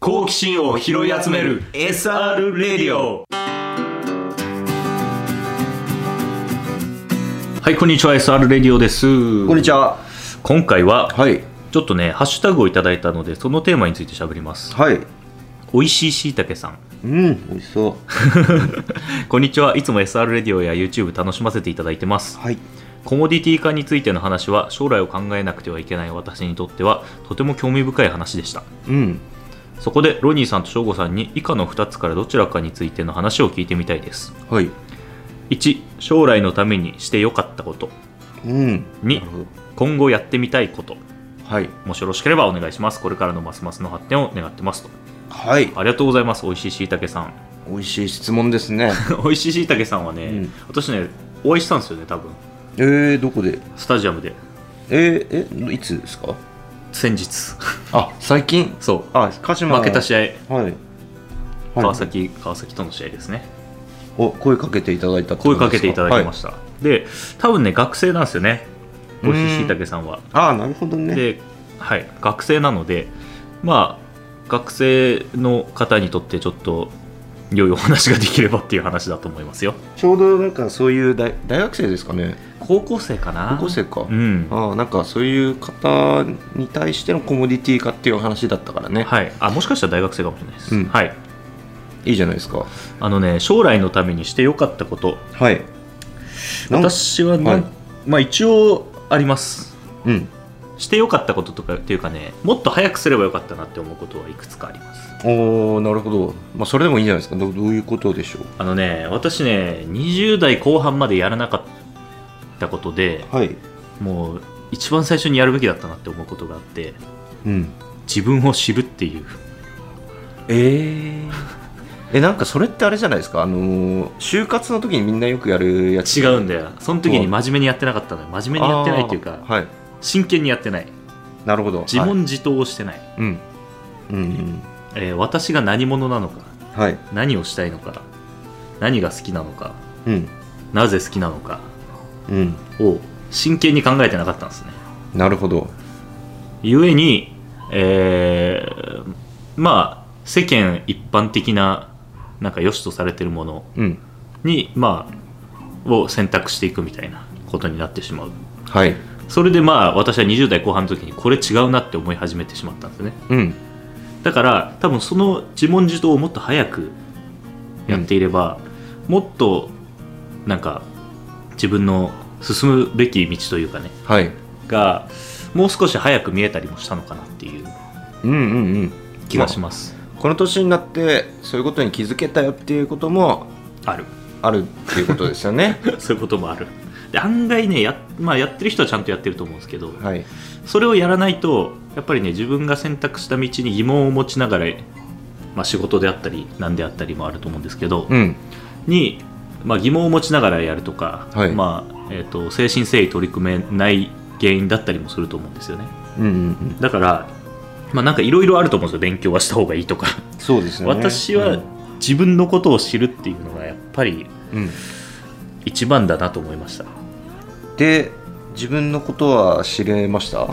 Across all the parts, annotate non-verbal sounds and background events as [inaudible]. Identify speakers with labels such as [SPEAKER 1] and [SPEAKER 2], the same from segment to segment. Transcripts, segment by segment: [SPEAKER 1] 好奇心を拾い集める SR レディオはいこんにちは SR レディオです
[SPEAKER 2] こんにちは。
[SPEAKER 1] 今回は
[SPEAKER 2] はい。
[SPEAKER 1] ちょっとねハッシュタグをいただいたのでそのテーマについてしゃべります
[SPEAKER 2] はい。
[SPEAKER 1] おいしいしいたけさん
[SPEAKER 2] うん、美味しそう。
[SPEAKER 1] こんにちはいつも SR レディオや YouTube 楽しませていただいてます
[SPEAKER 2] はい。
[SPEAKER 1] コモディティ化についての話は将来を考えなくてはいけない私にとってはとても興味深い話でした
[SPEAKER 2] うん。
[SPEAKER 1] そこでロニーさんとショーゴさんに以下の2つからどちらかについての話を聞いてみたいです
[SPEAKER 2] はい。
[SPEAKER 1] 1将来のためにしてよかったこと
[SPEAKER 2] うん。
[SPEAKER 1] に
[SPEAKER 2] なるほど
[SPEAKER 1] 今後やってみたいこと
[SPEAKER 2] はい。
[SPEAKER 1] もしよろしければお願いしますこれからのますますの発展を願ってますと
[SPEAKER 2] はい。
[SPEAKER 1] ありがとうございますおいしいしいたけさん [laughs]
[SPEAKER 2] 美味しい質問ですね。
[SPEAKER 1] おいしいしいたけさんはね、
[SPEAKER 2] うん
[SPEAKER 1] 私ねお会いしたんですよね多分
[SPEAKER 2] えー、どこで
[SPEAKER 1] スタジアムで
[SPEAKER 2] えー、え、いつですか
[SPEAKER 1] 先日 [laughs]
[SPEAKER 2] あ、最近
[SPEAKER 1] そ
[SPEAKER 2] あ、鹿
[SPEAKER 1] う
[SPEAKER 2] 島
[SPEAKER 1] 負けた試合
[SPEAKER 2] 合。はい。はい
[SPEAKER 1] 川。崎川崎との試合ですね
[SPEAKER 2] お、声かけていただいたってこ
[SPEAKER 1] 声
[SPEAKER 2] と
[SPEAKER 1] か
[SPEAKER 2] で
[SPEAKER 1] け
[SPEAKER 2] す
[SPEAKER 1] ていただきま
[SPEAKER 2] し
[SPEAKER 1] した、で多分ね学生なんですよねおいしいしいたけさんは
[SPEAKER 2] た。はい、あー、なるほどね。
[SPEAKER 1] で、はい、学生なので、まあ、学生の方にとってちょっと良いお話ができればっていう話だと思いますよ
[SPEAKER 2] ちょうどなんかそういう大大学生ですかね。
[SPEAKER 1] 高校生かな
[SPEAKER 2] 高校生か。
[SPEAKER 1] うん
[SPEAKER 2] あーなんかそういう方に対してのコモディティ化っていう話だったからね、
[SPEAKER 1] はい、あもしかしたら大学生かもしれないです、
[SPEAKER 2] うん
[SPEAKER 1] はい、
[SPEAKER 2] い、いじゃないですか
[SPEAKER 1] あのね将来のためにして良かったこと
[SPEAKER 2] はいなん
[SPEAKER 1] 私はな
[SPEAKER 2] は
[SPEAKER 1] ん、
[SPEAKER 2] い
[SPEAKER 1] まあ、一応あります
[SPEAKER 2] うん
[SPEAKER 1] して良かったこととかっていうかねもっと早くすればよかったなって思うことはいくつかあります
[SPEAKER 2] おおなるほど、まあ、それでもいいんじゃないですかどどういうことでしょう
[SPEAKER 1] あのね私ね20代後半までやらなかったことで
[SPEAKER 2] はい、
[SPEAKER 1] もう一番最初にやるべきだったなって思うことがあって
[SPEAKER 2] うん、
[SPEAKER 1] 自分を知るっていう
[SPEAKER 2] えー、 [laughs] えなんかそれってあれじゃないですかあのー就活の時にみんなよくやるやつ
[SPEAKER 1] 違うんだよその時に真面目にやってなかったのよ真面目にやってないっていう
[SPEAKER 2] あ
[SPEAKER 1] か
[SPEAKER 2] ーはい
[SPEAKER 1] 真剣にやってない
[SPEAKER 2] なるほど
[SPEAKER 1] 自
[SPEAKER 2] はい
[SPEAKER 1] 問自答をしてない、
[SPEAKER 2] うんうんうん
[SPEAKER 1] えー私が何者なのか
[SPEAKER 2] はい
[SPEAKER 1] 何をしたいのか何が好きなのか
[SPEAKER 2] うん
[SPEAKER 1] なぜ好きなのか
[SPEAKER 2] うん
[SPEAKER 1] を真剣に考えてなかったんですね
[SPEAKER 2] なるほど
[SPEAKER 1] ゆえに、えーまあ世間一般的ななんか良しとされてるもの
[SPEAKER 2] うん
[SPEAKER 1] にまあを選択していくみたいなことになってしまう
[SPEAKER 2] はい
[SPEAKER 1] それでまあ私は20代後半の時にこれ違うなって思い始めてしまったんですね
[SPEAKER 2] うん
[SPEAKER 1] だから多分その自問自答をもっと早くやっていれば、もっとなんか自分の進むべき道というかね
[SPEAKER 2] はい
[SPEAKER 1] がもう少し早く見えたりもしたのかなっていう
[SPEAKER 2] うんうんうん
[SPEAKER 1] 気がします、
[SPEAKER 2] この年になってそういうことに気づけたよっていうことも
[SPEAKER 1] ある
[SPEAKER 2] あるっていうことですよ [laughs] ね
[SPEAKER 1] [laughs] そういうこともあるで案外ねや,、まあ、やってる人はちゃんとやってると思うんですけど、
[SPEAKER 2] はい
[SPEAKER 1] それをやらないとやっぱりね自分が選択した道に疑問を持ちながら、まあ、仕事であったり何であったりもあると思うんですけど、
[SPEAKER 2] うん
[SPEAKER 1] に、まあ、疑問を持ちながらやるとか、
[SPEAKER 2] はい
[SPEAKER 1] まあえー、と精神誠意取り組めない原因だったりもすると思うんですよね
[SPEAKER 2] うんうんうん
[SPEAKER 1] だから、まあ、なんかいろいろあると思うんですよ勉強はした方がいいとか、
[SPEAKER 2] そうですよね
[SPEAKER 1] 私は自分のことを知るっていうのがやっぱり
[SPEAKER 2] うんうん
[SPEAKER 1] 一番だなと思いました
[SPEAKER 2] で自分のことは知れ
[SPEAKER 1] [laughs]
[SPEAKER 2] ました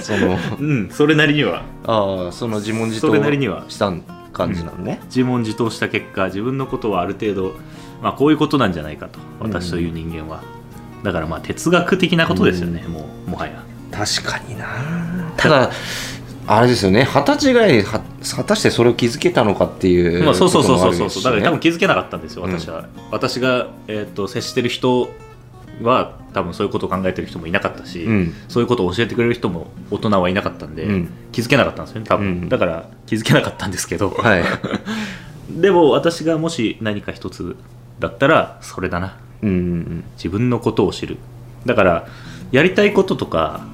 [SPEAKER 2] その
[SPEAKER 1] うんそれなりには
[SPEAKER 2] ああその自問自答
[SPEAKER 1] それなりには
[SPEAKER 2] した感じなのね、
[SPEAKER 1] 自問自答した結果自分のことはある程度、まあ、こういうことなんじゃないかと
[SPEAKER 2] うん
[SPEAKER 1] 私という人間は、だからまあ哲学的なことですよね、もうもはや
[SPEAKER 2] 確かになただあれですよね二十歳ぐらいには果たしてそれを気づけたのかっていう、
[SPEAKER 1] まあ、そうそうそうそうそう
[SPEAKER 2] ことも
[SPEAKER 1] だ
[SPEAKER 2] あ
[SPEAKER 1] か
[SPEAKER 2] る
[SPEAKER 1] ら
[SPEAKER 2] しね
[SPEAKER 1] 多分気づけなかったんですよ
[SPEAKER 2] うん
[SPEAKER 1] 私は、私が、えー、と接してる人は多分そういうことを考えてる人もいなかったし、
[SPEAKER 2] うん
[SPEAKER 1] そういうことを教えてくれる人も大人はいなかったんで、
[SPEAKER 2] うん
[SPEAKER 1] 気づけなかったんですよね多分、
[SPEAKER 2] うん
[SPEAKER 1] だから気づけなかったんですけど、
[SPEAKER 2] はい、
[SPEAKER 1] でも私がもし何か一つだったらそれだな
[SPEAKER 2] うんうん
[SPEAKER 1] 自分のことを知るだからやりたいこととか、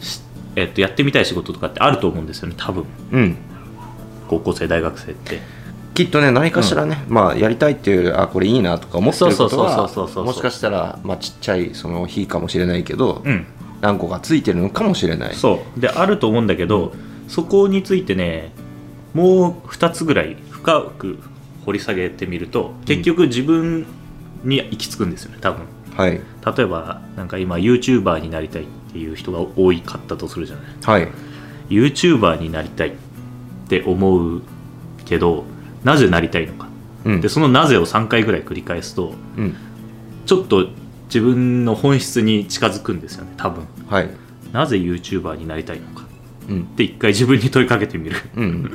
[SPEAKER 1] しえっとやってみたい仕事とかってあると思うんですよね多分
[SPEAKER 2] うん、うん、
[SPEAKER 1] 高校生大学生って
[SPEAKER 2] きっとね何かしらね、まあやりたいっていうよりあこれいいなとか思ってること
[SPEAKER 1] そう
[SPEAKER 2] は
[SPEAKER 1] そうそうそうそうそう
[SPEAKER 2] もしかしたら、まあ、ちっちゃいその日かもしれないけど、
[SPEAKER 1] うん
[SPEAKER 2] 何個かついてるのかもしれない
[SPEAKER 1] そうであると思うんだけどそこについてねもう2つぐらい深く掘り下げてみると結局自分に行き着くんですよね多分
[SPEAKER 2] はい
[SPEAKER 1] 例えばなんか今 YouTuber になりたいっていう人が多かったとするじゃない
[SPEAKER 2] はい
[SPEAKER 1] YouTuber になりたいっって思うけどなぜなりたいのか
[SPEAKER 2] うん
[SPEAKER 1] でそのなぜを3回ぐらい繰り返すと
[SPEAKER 2] うん
[SPEAKER 1] ちょっと自分の本質に近づくんですよね多分
[SPEAKER 2] はい
[SPEAKER 1] なぜ YouTuber になりたいのか
[SPEAKER 2] うん
[SPEAKER 1] って一回自分に問いかけてみる [laughs]
[SPEAKER 2] うん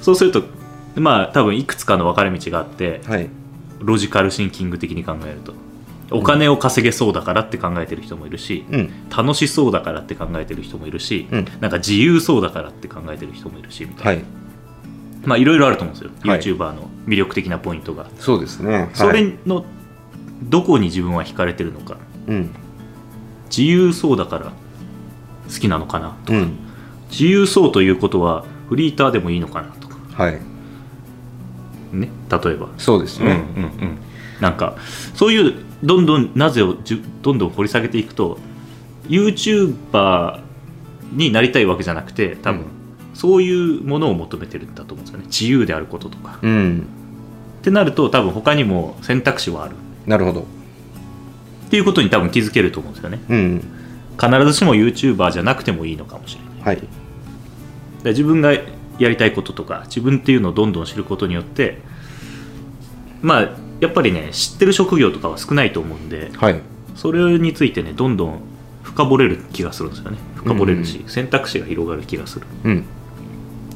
[SPEAKER 1] そうするとまあ多分いくつかの分かれ道があって
[SPEAKER 2] はい
[SPEAKER 1] ロジカルシンキング的に考えるとお金を稼げそうだからって考えてる人もいるし
[SPEAKER 2] うん
[SPEAKER 1] 楽しそうだからって考えてる人もいるし、
[SPEAKER 2] うん
[SPEAKER 1] なんか自由そうだからって考えてる人もいるしみたいな、
[SPEAKER 2] はい
[SPEAKER 1] まあいろいろあると思うんですよ、
[SPEAKER 2] はい
[SPEAKER 1] YouTuber の魅力的なポイントが
[SPEAKER 2] そうですね
[SPEAKER 1] そ
[SPEAKER 2] はい
[SPEAKER 1] れのどこに自分は惹かれてるのか
[SPEAKER 2] うん
[SPEAKER 1] 自由そうだから好きなのかな
[SPEAKER 2] うん
[SPEAKER 1] 自由そうということはフリーターでもいいのかなとか
[SPEAKER 2] はい
[SPEAKER 1] ね例えば、
[SPEAKER 2] そうです
[SPEAKER 1] うんうん
[SPEAKER 2] ね
[SPEAKER 1] うんなんかそういうどんどんなぜをじゅどんどん掘り下げていくと YouTuber になりたいわけじゃなくて多分、
[SPEAKER 2] うん
[SPEAKER 1] そういうものを求めてるんだと思うんですよね自由であることとか、
[SPEAKER 2] うん、
[SPEAKER 1] ってなると多分他にも選択肢はある
[SPEAKER 2] なるほど
[SPEAKER 1] っていうことに多分気づけると思うんですよね
[SPEAKER 2] うん
[SPEAKER 1] 必ずしも YouTuber じゃなくてもいいのかもしれない
[SPEAKER 2] はい
[SPEAKER 1] で自分がやりたいこととか自分っていうのをどんどん知ることによってまあやっぱりね知ってる職業とかは少ないと思うんで
[SPEAKER 2] はい
[SPEAKER 1] それについてねどんどん深掘れる気がするんですよね深掘れるし、選択肢が広がる気がする
[SPEAKER 2] うん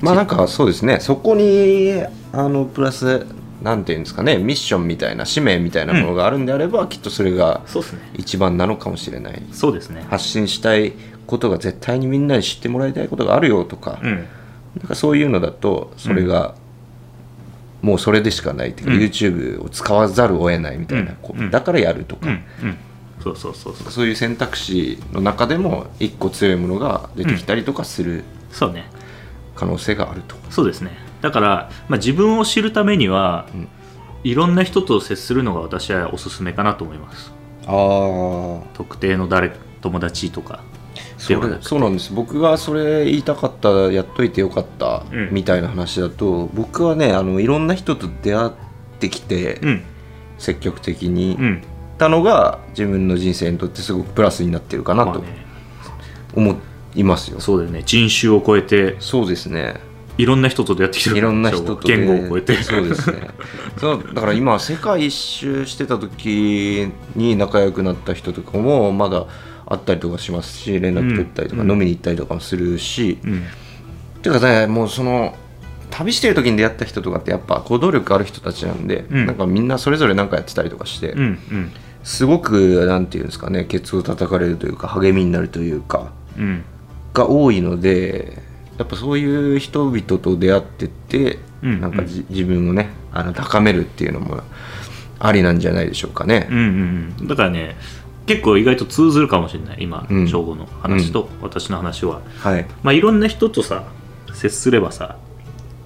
[SPEAKER 2] まあなんかそうですねそこにあのプラスなんていうんですかねミッションみたいな使命みたいなものがあるんであれば、きっとそれが
[SPEAKER 1] そうですね
[SPEAKER 2] 一番なのかもしれない
[SPEAKER 1] そうですね
[SPEAKER 2] 発信したいことが絶対にみんなに知ってもらいたいことがあるよとか,、
[SPEAKER 1] うん
[SPEAKER 2] なんかそういうのだとそれが、もうそれでしかないっていうか、
[SPEAKER 1] うん
[SPEAKER 2] YouTube を使わざるを得ないみたいな、
[SPEAKER 1] うん
[SPEAKER 2] こ
[SPEAKER 1] うん
[SPEAKER 2] うだからやると
[SPEAKER 1] うん
[SPEAKER 2] か、
[SPEAKER 1] うんそうそうそうそう
[SPEAKER 2] そういう選択肢の中でも一個強いものが出てきたりとかする
[SPEAKER 1] そうね
[SPEAKER 2] 可能性があると。
[SPEAKER 1] そうですねだから、まあ、自分を知るためには、
[SPEAKER 2] うん
[SPEAKER 1] いろんな人と接するのが私はおすすめかなと思います
[SPEAKER 2] ああ
[SPEAKER 1] 特定の誰友達とか
[SPEAKER 2] そ
[SPEAKER 1] ではな
[SPEAKER 2] れ
[SPEAKER 1] くて
[SPEAKER 2] そうなんです僕がそれ言いたかったやっといてよかった
[SPEAKER 1] うん
[SPEAKER 2] みたいな話だと、僕はねあのいろんな人と出会ってきて
[SPEAKER 1] うん
[SPEAKER 2] 積極的に
[SPEAKER 1] う
[SPEAKER 2] 行っ
[SPEAKER 1] ん
[SPEAKER 2] たのが自分の人生にとってすごくプラスになってるかな
[SPEAKER 1] まあ
[SPEAKER 2] と
[SPEAKER 1] ね、
[SPEAKER 2] 思いますよ、
[SPEAKER 1] そうだよね人種を超えて
[SPEAKER 2] そうですね
[SPEAKER 1] いろんな人と出会ってきてる
[SPEAKER 2] いろんな人と
[SPEAKER 1] 言語を超えて
[SPEAKER 2] そうですねそうだから今世界一周してた時に仲良くなった人とかもまだ会ったりとかしますし連絡取ったりとか
[SPEAKER 1] うん
[SPEAKER 2] 飲みに行ったりとかもするし、
[SPEAKER 1] うん
[SPEAKER 2] ていうかねもうその旅してる時に出会った人とかってやっぱ行動力ある人たちなんで、
[SPEAKER 1] うん
[SPEAKER 2] なんかみんなそれぞれ何かやってたりとかして、
[SPEAKER 1] うんうん
[SPEAKER 2] すごくなんていうんですかねケツを叩かれるというか励みになるというか
[SPEAKER 1] うん
[SPEAKER 2] が多いのでやっぱそういう人々と出会ってって、
[SPEAKER 1] うん
[SPEAKER 2] なんかじ自分をねあの高めるっていうのもありなんじゃないでしょうかね
[SPEAKER 1] うんう。んうんだからね結構意外と通ずるかもしれない今
[SPEAKER 2] うん
[SPEAKER 1] 省吾の話と私の話は、
[SPEAKER 2] はい、
[SPEAKER 1] まあ、いろんな人とさ接すればさ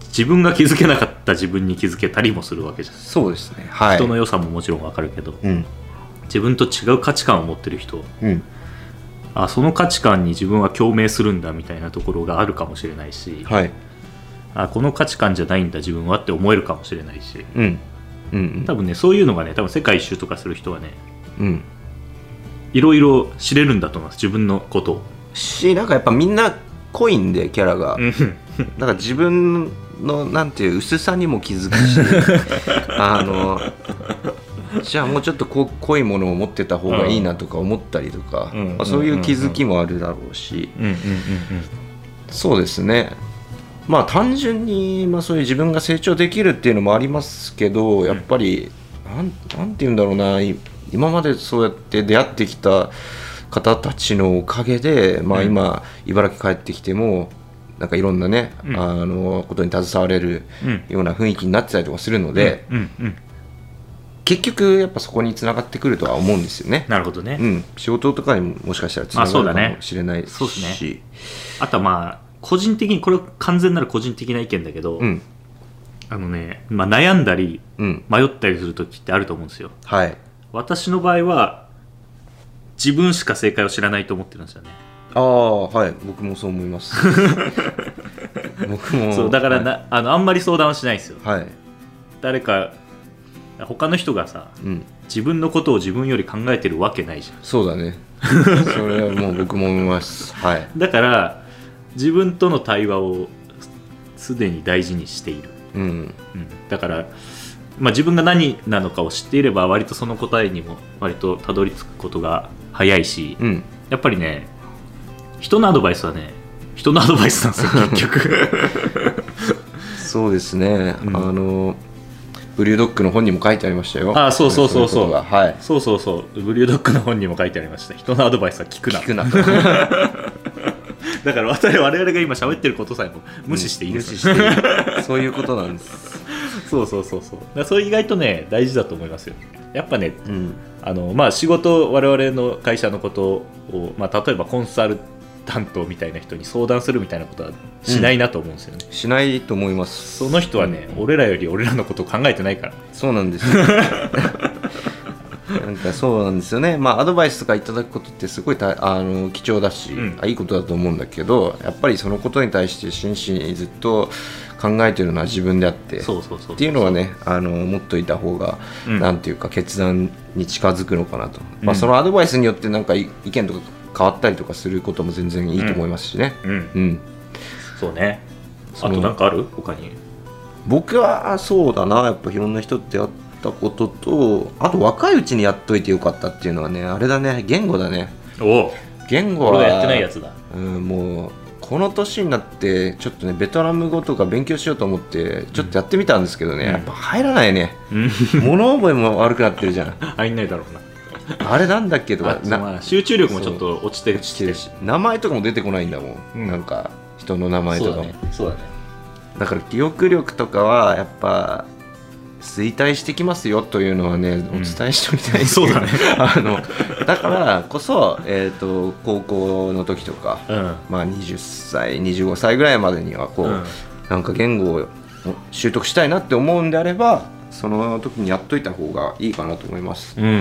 [SPEAKER 1] 自分が気づけなかった自分に気づけたりもするわけじゃん、
[SPEAKER 2] そうですね。はい。
[SPEAKER 1] 人の良さももちろんわかるけど
[SPEAKER 2] うん
[SPEAKER 1] 自分と違う価値観を持ってる人
[SPEAKER 2] うん
[SPEAKER 1] あその価値観に自分は共鳴するんだみたいなところがあるかもしれないし、
[SPEAKER 2] はい
[SPEAKER 1] あこの価値観じゃないんだ自分はって思えるかもしれないし
[SPEAKER 2] うんうんうん
[SPEAKER 1] 多分ねそういうのがね多分世界一周とかする人はね
[SPEAKER 2] うん。
[SPEAKER 1] いろいろ知れるんだと思います自分のことを。
[SPEAKER 2] しなんかやっぱみんな濃いんでキャラが、
[SPEAKER 1] うん
[SPEAKER 2] [laughs] なんか自分のなんていう薄さにも気づくし
[SPEAKER 1] [laughs]
[SPEAKER 2] あのじゃあもうちょっとこ濃いものを持ってた方がいいなとか思ったりとか、
[SPEAKER 1] うん
[SPEAKER 2] まあ、そういう気づきもあるだろうし、
[SPEAKER 1] うんうん
[SPEAKER 2] そうですねまあ単純に、まあ、そういう自分が成長できるっていうのもありますけどやっぱり、なんなんて言うんだろうない今までそうやって出会ってきた方たちのおかげで、まあ、
[SPEAKER 1] うん
[SPEAKER 2] 今、茨城帰ってきてもなんかいろんなね、
[SPEAKER 1] うん
[SPEAKER 2] あのことに携われる
[SPEAKER 1] うん
[SPEAKER 2] ような雰囲気になってたりとかするので、
[SPEAKER 1] うんうん
[SPEAKER 2] 結局やっぱそこに繋がってくるとは思うんですよね。
[SPEAKER 1] なるほどね、
[SPEAKER 2] うん、仕事とかにももしかしたら繋
[SPEAKER 1] まあそう
[SPEAKER 2] が
[SPEAKER 1] だ
[SPEAKER 2] るか
[SPEAKER 1] ね
[SPEAKER 2] もしれないし、
[SPEAKER 1] そうですあとはまあ個人的にこれは完全なる個人的な意見だけど、
[SPEAKER 2] うん、
[SPEAKER 1] あのね、まあ、悩んだり
[SPEAKER 2] うん、
[SPEAKER 1] 迷ったりする時ってあると思うんですよ
[SPEAKER 2] はい。
[SPEAKER 1] 私の場合は自分しか正解を知らないと思ってるんですよね
[SPEAKER 2] ああはい僕もそう思います
[SPEAKER 1] [laughs]
[SPEAKER 2] 僕も
[SPEAKER 1] そうだからな、あのあんまり相談はしないんですよ
[SPEAKER 2] はい、はい
[SPEAKER 1] 誰か他の人がさ
[SPEAKER 2] うん
[SPEAKER 1] 自分のことを自分より考えてるわけないじゃ
[SPEAKER 2] そう
[SPEAKER 1] [laughs]
[SPEAKER 2] だねそれはもう僕も思いますはい
[SPEAKER 1] んだから自分との対話をすでに大事にしている、
[SPEAKER 2] うん
[SPEAKER 1] うん、だから、まあ、自分が何なのかを知っていれば割とその答えにも割とたどり着くことが早いし、
[SPEAKER 2] うん
[SPEAKER 1] やっぱりね人のアドバイスはね人のアドバイスなんですよ
[SPEAKER 2] [laughs]
[SPEAKER 1] 結局
[SPEAKER 2] そうですね、
[SPEAKER 1] うん
[SPEAKER 2] あのブリュードッグの本にも書いてありましたよ
[SPEAKER 1] あそうそうそうそう
[SPEAKER 2] いことがはい
[SPEAKER 1] そうそうそうブリュードックの本にも書いてありました人のアドバイスは聞くな
[SPEAKER 2] 聞くな
[SPEAKER 1] だから我々我々が今喋ってることさえも [laughs] 無視していいです、
[SPEAKER 2] 無視していいそういうことなんです、
[SPEAKER 1] そうそうそうそうだからそれ意外とね大事だと思いますよやっぱね
[SPEAKER 2] うん、
[SPEAKER 1] あのまあ仕事我々の会社のことを、まあ、例えばコンサルタントみたいな人に相談するみたいなことはしないなと思うんですよね、
[SPEAKER 2] しないと思います
[SPEAKER 1] その人はね、俺らより俺らのことを考えてないから
[SPEAKER 2] そうなんですよ [laughs] なんかそうなんですよねまあアドバイスとかいただくことってすごいたあの貴重だし、
[SPEAKER 1] うん
[SPEAKER 2] あいいことだと思うんだけどやっぱりそのことに対して真摯にずっと考えてるのは自分であって
[SPEAKER 1] そうそうそう
[SPEAKER 2] っていうのはねあの持っといた方が、
[SPEAKER 1] うん
[SPEAKER 2] なんていうか決断に近づくのかなと、
[SPEAKER 1] う
[SPEAKER 2] ま
[SPEAKER 1] ん
[SPEAKER 2] あ、そのアドバイスによってなんかい意見とか変わったりとかすることも全然いいと思いますしね、
[SPEAKER 1] うん
[SPEAKER 2] うん
[SPEAKER 1] そうねあ
[SPEAKER 2] そ
[SPEAKER 1] と
[SPEAKER 2] の
[SPEAKER 1] なんかある他に
[SPEAKER 2] 僕はそうだなやっぱいろんな人ってやったこととあと若いうちにやっといてよかったっていうのはねあれだね言語だね
[SPEAKER 1] おお
[SPEAKER 2] 言語は
[SPEAKER 1] 俺がやってないやつだ
[SPEAKER 2] うん、もうこの年になってちょっとねベトナム語とか勉強しようと思ってちょっとやってみたんですけどね、
[SPEAKER 1] うん
[SPEAKER 2] やっぱ入らないね
[SPEAKER 1] うん
[SPEAKER 2] 物覚えも悪くなってるじゃん
[SPEAKER 1] 入んない [laughs] だろうな
[SPEAKER 2] あれなんだっけと
[SPEAKER 1] あ
[SPEAKER 2] か
[SPEAKER 1] と
[SPEAKER 2] な
[SPEAKER 1] まあ集中力もちょっと落ちてき
[SPEAKER 2] して
[SPEAKER 1] て
[SPEAKER 2] る
[SPEAKER 1] るし
[SPEAKER 2] し名前とかも出てこないんだもん、
[SPEAKER 1] うん
[SPEAKER 2] なんか人の名前
[SPEAKER 1] そ
[SPEAKER 2] と
[SPEAKER 1] う
[SPEAKER 2] か
[SPEAKER 1] だ
[SPEAKER 2] も
[SPEAKER 1] ねそうだね
[SPEAKER 2] だから記憶力とかはやっぱ衰退してきますよというのはねお伝えしておきたい、
[SPEAKER 1] うん [laughs] そうだね
[SPEAKER 2] [laughs] あのだからこそ、えー、と高校の時とか、
[SPEAKER 1] うん
[SPEAKER 2] まあ、20歳25歳ぐらいまでにはこう、
[SPEAKER 1] うん
[SPEAKER 2] なんか言語を習得したいなって思うんであればその時にやっといた方がいいかなと思います、
[SPEAKER 1] うんうん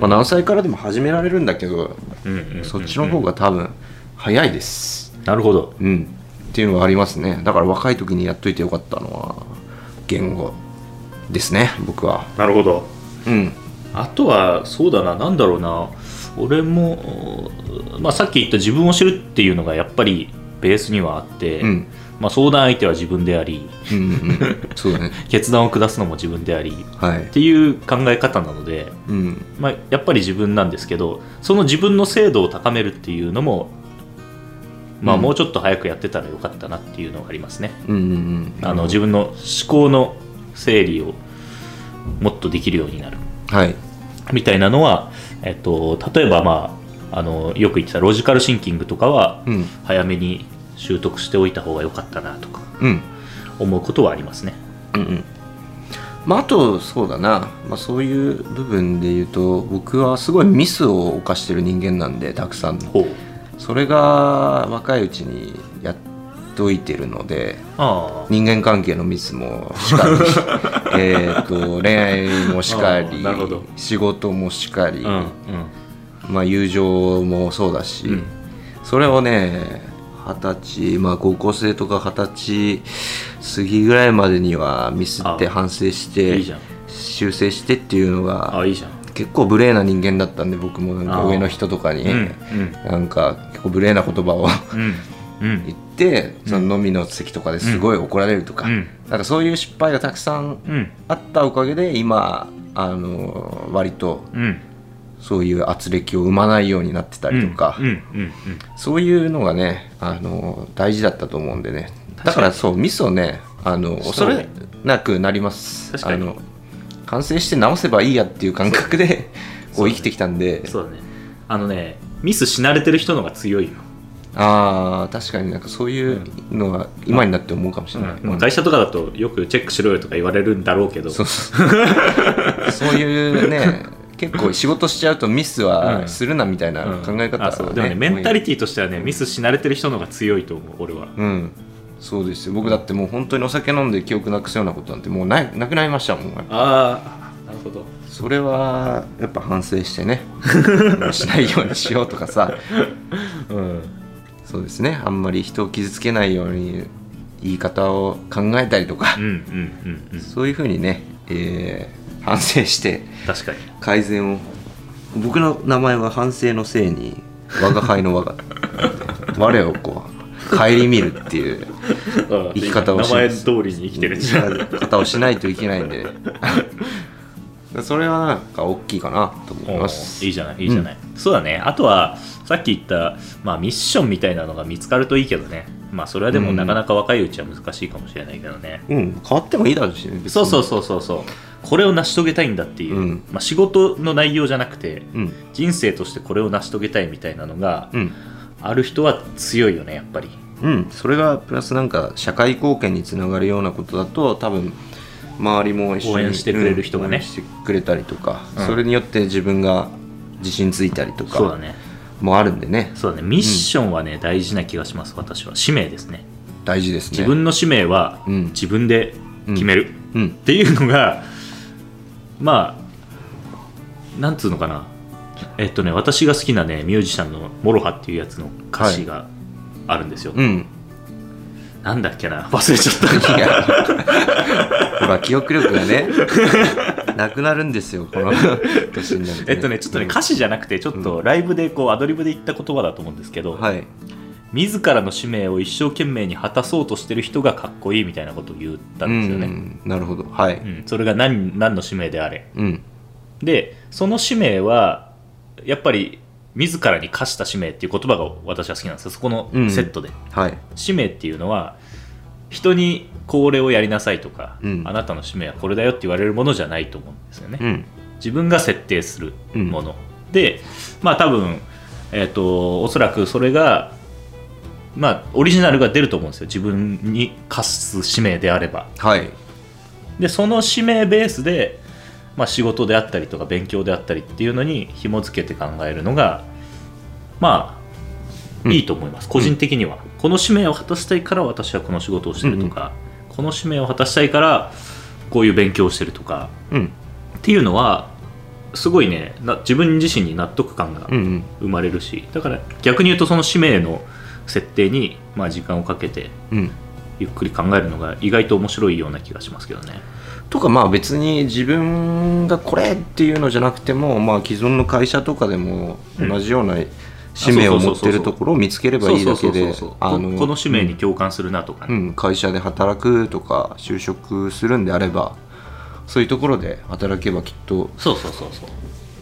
[SPEAKER 2] まあ、何歳からでも始められるんだけど
[SPEAKER 1] うんうんうん
[SPEAKER 2] そっちの方が多分早いです
[SPEAKER 1] なるほど
[SPEAKER 2] うん、っていうのはありますねだから若い時にやっといてよかったのは言語ですね僕は
[SPEAKER 1] なるほど
[SPEAKER 2] うん
[SPEAKER 1] あとはそうだななんだろうな俺も、まあ、さっき言った自分を知るっていうのがやっぱりベースにはあって、
[SPEAKER 2] うん
[SPEAKER 1] まあ、相談相手は自分であり
[SPEAKER 2] うんうんうんそうだね
[SPEAKER 1] 決断を下すのも自分であり
[SPEAKER 2] は
[SPEAKER 1] っ
[SPEAKER 2] い
[SPEAKER 1] ていう考え方なので、
[SPEAKER 2] うん
[SPEAKER 1] まあ、やっぱり自分なんですけどその自分の精度を高めるっていうのも、まあ、
[SPEAKER 2] うん
[SPEAKER 1] もうちょっと早くやってたらよかったなっていうのがありますね、
[SPEAKER 2] うんうんうん
[SPEAKER 1] あの自分の思考の整理をもっとできるようになる
[SPEAKER 2] はい
[SPEAKER 1] みたいなのは、えっと、例えば、まあ、あのよく言ってたロジカルシンキングとかは
[SPEAKER 2] うん
[SPEAKER 1] 早めに習得しておいた方が良かったなとか
[SPEAKER 2] うん
[SPEAKER 1] 思うことはありますね。
[SPEAKER 2] うんうんまあ、あとそうだな、まあ、そういう部分で言うと僕はすごいミスを犯してる人間なんでたくさん
[SPEAKER 1] ほう
[SPEAKER 2] それが若いうちにやっといてるので
[SPEAKER 1] あ
[SPEAKER 2] 人間関係のミスもしかり
[SPEAKER 1] [laughs]
[SPEAKER 2] えーと恋愛もしか
[SPEAKER 1] あー
[SPEAKER 2] り
[SPEAKER 1] なるほど
[SPEAKER 2] 仕事もしかり、
[SPEAKER 1] あ、うん
[SPEAKER 2] まあ、友情もそうだし、
[SPEAKER 1] うん
[SPEAKER 2] それをね二十歳まあ高校生とか二十歳過ぎぐらいまでにはミスって
[SPEAKER 1] あ
[SPEAKER 2] 反省し
[SPEAKER 1] うん、
[SPEAKER 2] て
[SPEAKER 1] いいじゃん
[SPEAKER 2] 修正してっていうの
[SPEAKER 1] あ
[SPEAKER 2] が
[SPEAKER 1] いいじゃん、
[SPEAKER 2] 結構無礼な人間だったんで僕もなんか
[SPEAKER 1] あー
[SPEAKER 2] 上の人とかに、
[SPEAKER 1] うん
[SPEAKER 2] なんか結構無礼な言葉を
[SPEAKER 1] うんうん
[SPEAKER 2] 言ってその飲みの席とかですごい怒られるとか、
[SPEAKER 1] うん
[SPEAKER 2] なんかそういう失敗がたくさん
[SPEAKER 1] うん
[SPEAKER 2] あったおかげで今あの割と
[SPEAKER 1] うん
[SPEAKER 2] そういう圧力を生まないようになってたりとか、
[SPEAKER 1] うんうんうん
[SPEAKER 2] そういうのがねあの大事だったと思うんでねだからそうミスをねあの
[SPEAKER 1] そ
[SPEAKER 2] 恐
[SPEAKER 1] うね
[SPEAKER 2] れなくなります
[SPEAKER 1] 確かに
[SPEAKER 2] あの完成して直せばいいやっていう感覚でこ
[SPEAKER 1] そう
[SPEAKER 2] う
[SPEAKER 1] ね
[SPEAKER 2] 生きてきたんで、
[SPEAKER 1] そうだねあのねミスし慣れてる人の方が強いよ、
[SPEAKER 2] ああ確かになんかそういうのは今になって思うかもしれない、
[SPEAKER 1] まあ会社とかだとよくチェックしろよとか言われるんだろうけど
[SPEAKER 2] そうそうそういうね結構仕事しちゃうとミスはするなみたいな
[SPEAKER 1] うん
[SPEAKER 2] 考え方
[SPEAKER 1] あ
[SPEAKER 2] は
[SPEAKER 1] そうでもねメンタリティーとしてはね
[SPEAKER 2] うん
[SPEAKER 1] ミスし慣れてる人の方が強いと思う俺は
[SPEAKER 2] うんそうですよ僕だってもう本当にお酒飲んで記憶なくすようなことなんてもうないなくなりましたもん
[SPEAKER 1] ああなるほど
[SPEAKER 2] それはやっぱ反省して
[SPEAKER 1] [laughs]
[SPEAKER 2] ねもうしないようにしようとかさ
[SPEAKER 1] うん
[SPEAKER 2] そうですねあんまり人を傷つけないように言い方を考えたりとか
[SPEAKER 1] うんうんうんうん
[SPEAKER 2] そういうふうにね、えー反省して
[SPEAKER 1] 確か [laughs] に
[SPEAKER 2] 改善を僕の名前は反省のせいに我が輩の我が我をこう顧みるっていう
[SPEAKER 1] 生
[SPEAKER 2] 生き方を
[SPEAKER 1] 名
[SPEAKER 2] しない
[SPEAKER 1] 前通りに生きてるじゃん
[SPEAKER 2] 生き方をしないといけないん
[SPEAKER 1] [laughs]
[SPEAKER 2] でそれはなんか大きいかなと思います
[SPEAKER 1] いいじゃないいいじゃない、そうだねあとはさっき言った、まあ、ミッションみたいなのが見つかるといいけどねまあそれはでも
[SPEAKER 2] うん
[SPEAKER 1] なかなか若いうちは難しいかもしれないけどね、
[SPEAKER 2] うん変わってもいいだろうしね別に
[SPEAKER 1] そうそうそうそうそうこれを成し遂げたいんだっていう、
[SPEAKER 2] うん
[SPEAKER 1] まあ、仕事の内容じゃなくて
[SPEAKER 2] うん
[SPEAKER 1] 人生としてこれを成し遂げたいみたいなのが
[SPEAKER 2] うん
[SPEAKER 1] ある人は強いよねやっぱり
[SPEAKER 2] うん、それがプラスなんか社会貢献につながるようなことだと多分周りも一緒に
[SPEAKER 1] 応援してくれる人がね
[SPEAKER 2] うん応援してくれたりとか、
[SPEAKER 1] うん
[SPEAKER 2] それによって自分が自信ついたりと
[SPEAKER 1] そうだ
[SPEAKER 2] か
[SPEAKER 1] ね
[SPEAKER 2] もあるんでね
[SPEAKER 1] そうだねミッションはね、大事な気がします私は使命ですね
[SPEAKER 2] 大事ですね
[SPEAKER 1] 自分の使命は
[SPEAKER 2] うん
[SPEAKER 1] 自分で決める、
[SPEAKER 2] うん
[SPEAKER 1] っていうのがまあなんつうのかなえっとね私が好きなねミュージシャンのモロハっていうやつの歌詞があるんですよ、
[SPEAKER 2] うん
[SPEAKER 1] なんだっけな忘れちゃっ
[SPEAKER 2] [laughs] いやほら記憶力がねなくなるんですよこの年になる
[SPEAKER 1] たえっとねちょっとね歌詞じゃなくてちょっとライブでこうアドリブで言った言葉だと思うんですけど、
[SPEAKER 2] はい
[SPEAKER 1] 自らの使命を一生懸命に果たそうとしてる人がかっこいいみたいなことを言ったんですよ
[SPEAKER 2] う
[SPEAKER 1] ね、
[SPEAKER 2] んなるほどはい
[SPEAKER 1] うんそれが何何の使命であれ
[SPEAKER 2] うん
[SPEAKER 1] でその使命はやっぱり自らに課した使命っていう言葉が私は好きなんですよそこのセットで、
[SPEAKER 2] はい
[SPEAKER 1] 使命っていうのは人にこれをやりなさいとか、
[SPEAKER 2] うん
[SPEAKER 1] あなたの使命はこれだよって言われるものじゃないと思うんですよね、
[SPEAKER 2] うん
[SPEAKER 1] 自分が設定するもの、でまあ多分えっ、とおそらくそれがまあオリジナルが出ると思うんですよ自分に課す使命であれば
[SPEAKER 2] はい
[SPEAKER 1] でその使命ベースで、まあ、仕事であったりとか勉強であったりっていうのに紐付けて考えるのがま
[SPEAKER 2] う
[SPEAKER 1] あ
[SPEAKER 2] ん
[SPEAKER 1] いいと思います、個人的には、この使命を果たしたいから私はこの仕事をしてるとか、この使命を果たしたいからこういう勉強をしてるとか
[SPEAKER 2] うん
[SPEAKER 1] っていうのはすごいねな自分自身に納得感が
[SPEAKER 2] うんうん
[SPEAKER 1] 生まれるし、だから逆に言うとその使命の設定に、まあ、時間をかけて
[SPEAKER 2] うん
[SPEAKER 1] ゆっくり考えるのが意外と面白いような気がしますけどね。
[SPEAKER 2] とかまあ別に自分がこれっていうのじゃなくてもまあ既存の会社とかでも
[SPEAKER 1] うん
[SPEAKER 2] 同じような使命を持って
[SPEAKER 1] そうそうそうそうそ
[SPEAKER 2] る
[SPEAKER 1] う
[SPEAKER 2] ところを見つければ
[SPEAKER 1] そう
[SPEAKER 2] いい
[SPEAKER 1] そ
[SPEAKER 2] だ
[SPEAKER 1] うそ
[SPEAKER 2] け
[SPEAKER 1] うそう
[SPEAKER 2] で
[SPEAKER 1] そうこ
[SPEAKER 2] あ
[SPEAKER 1] この使命に共感するなとか
[SPEAKER 2] う
[SPEAKER 1] ね、
[SPEAKER 2] ん会社で働くとか就職するんであればそういうところで働けばきっと
[SPEAKER 1] そうそうそうそう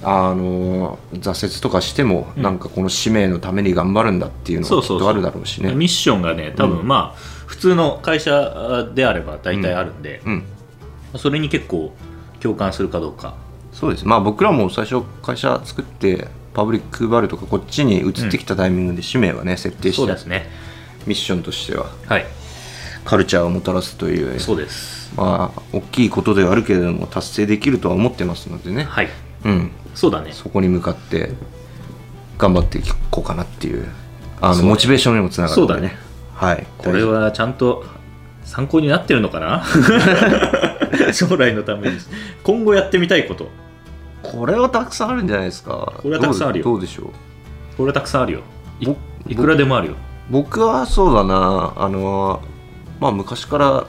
[SPEAKER 2] あの挫折とかしても
[SPEAKER 1] うん
[SPEAKER 2] なんかこの使命のために頑張るんだっていうの
[SPEAKER 1] そ
[SPEAKER 2] が
[SPEAKER 1] う
[SPEAKER 2] きっ
[SPEAKER 1] そうそう
[SPEAKER 2] とあるだろうしね
[SPEAKER 1] ミッションがね多
[SPEAKER 2] う
[SPEAKER 1] 分
[SPEAKER 2] ん
[SPEAKER 1] まあ、普通の会社であれば大体あるんで、
[SPEAKER 2] うん
[SPEAKER 1] それに結構共感するかどうか
[SPEAKER 2] そうですまあ僕らも最初会社作ってパブリックバルとかこっちに移ってきたタイミングで使命はね設定
[SPEAKER 1] そう
[SPEAKER 2] し
[SPEAKER 1] で
[SPEAKER 2] て
[SPEAKER 1] すね
[SPEAKER 2] ミッションとしては
[SPEAKER 1] はい
[SPEAKER 2] カルチャーをもたらすという
[SPEAKER 1] そうです
[SPEAKER 2] まあ大きいことではあるけれども達成できるとは思ってますのでね、
[SPEAKER 1] はい
[SPEAKER 2] うん、
[SPEAKER 1] そうだね
[SPEAKER 2] そこに向かって頑張っていこうかなっていうあ
[SPEAKER 1] そうだ
[SPEAKER 2] の
[SPEAKER 1] ね
[SPEAKER 2] モチベーションにもつながるので
[SPEAKER 1] そうだね
[SPEAKER 2] はい
[SPEAKER 1] これはちゃんと参考になってるのか [laughs] な将来のために今後やってみたいこと
[SPEAKER 2] 大事これはたくさんあるんじゃないですか
[SPEAKER 1] これはたくさんあるよ
[SPEAKER 2] どうでどうでしょう
[SPEAKER 1] これはたくさんあるよい
[SPEAKER 2] ぼ
[SPEAKER 1] いくらでもあるよ
[SPEAKER 2] 僕はそうだなあのまあ昔から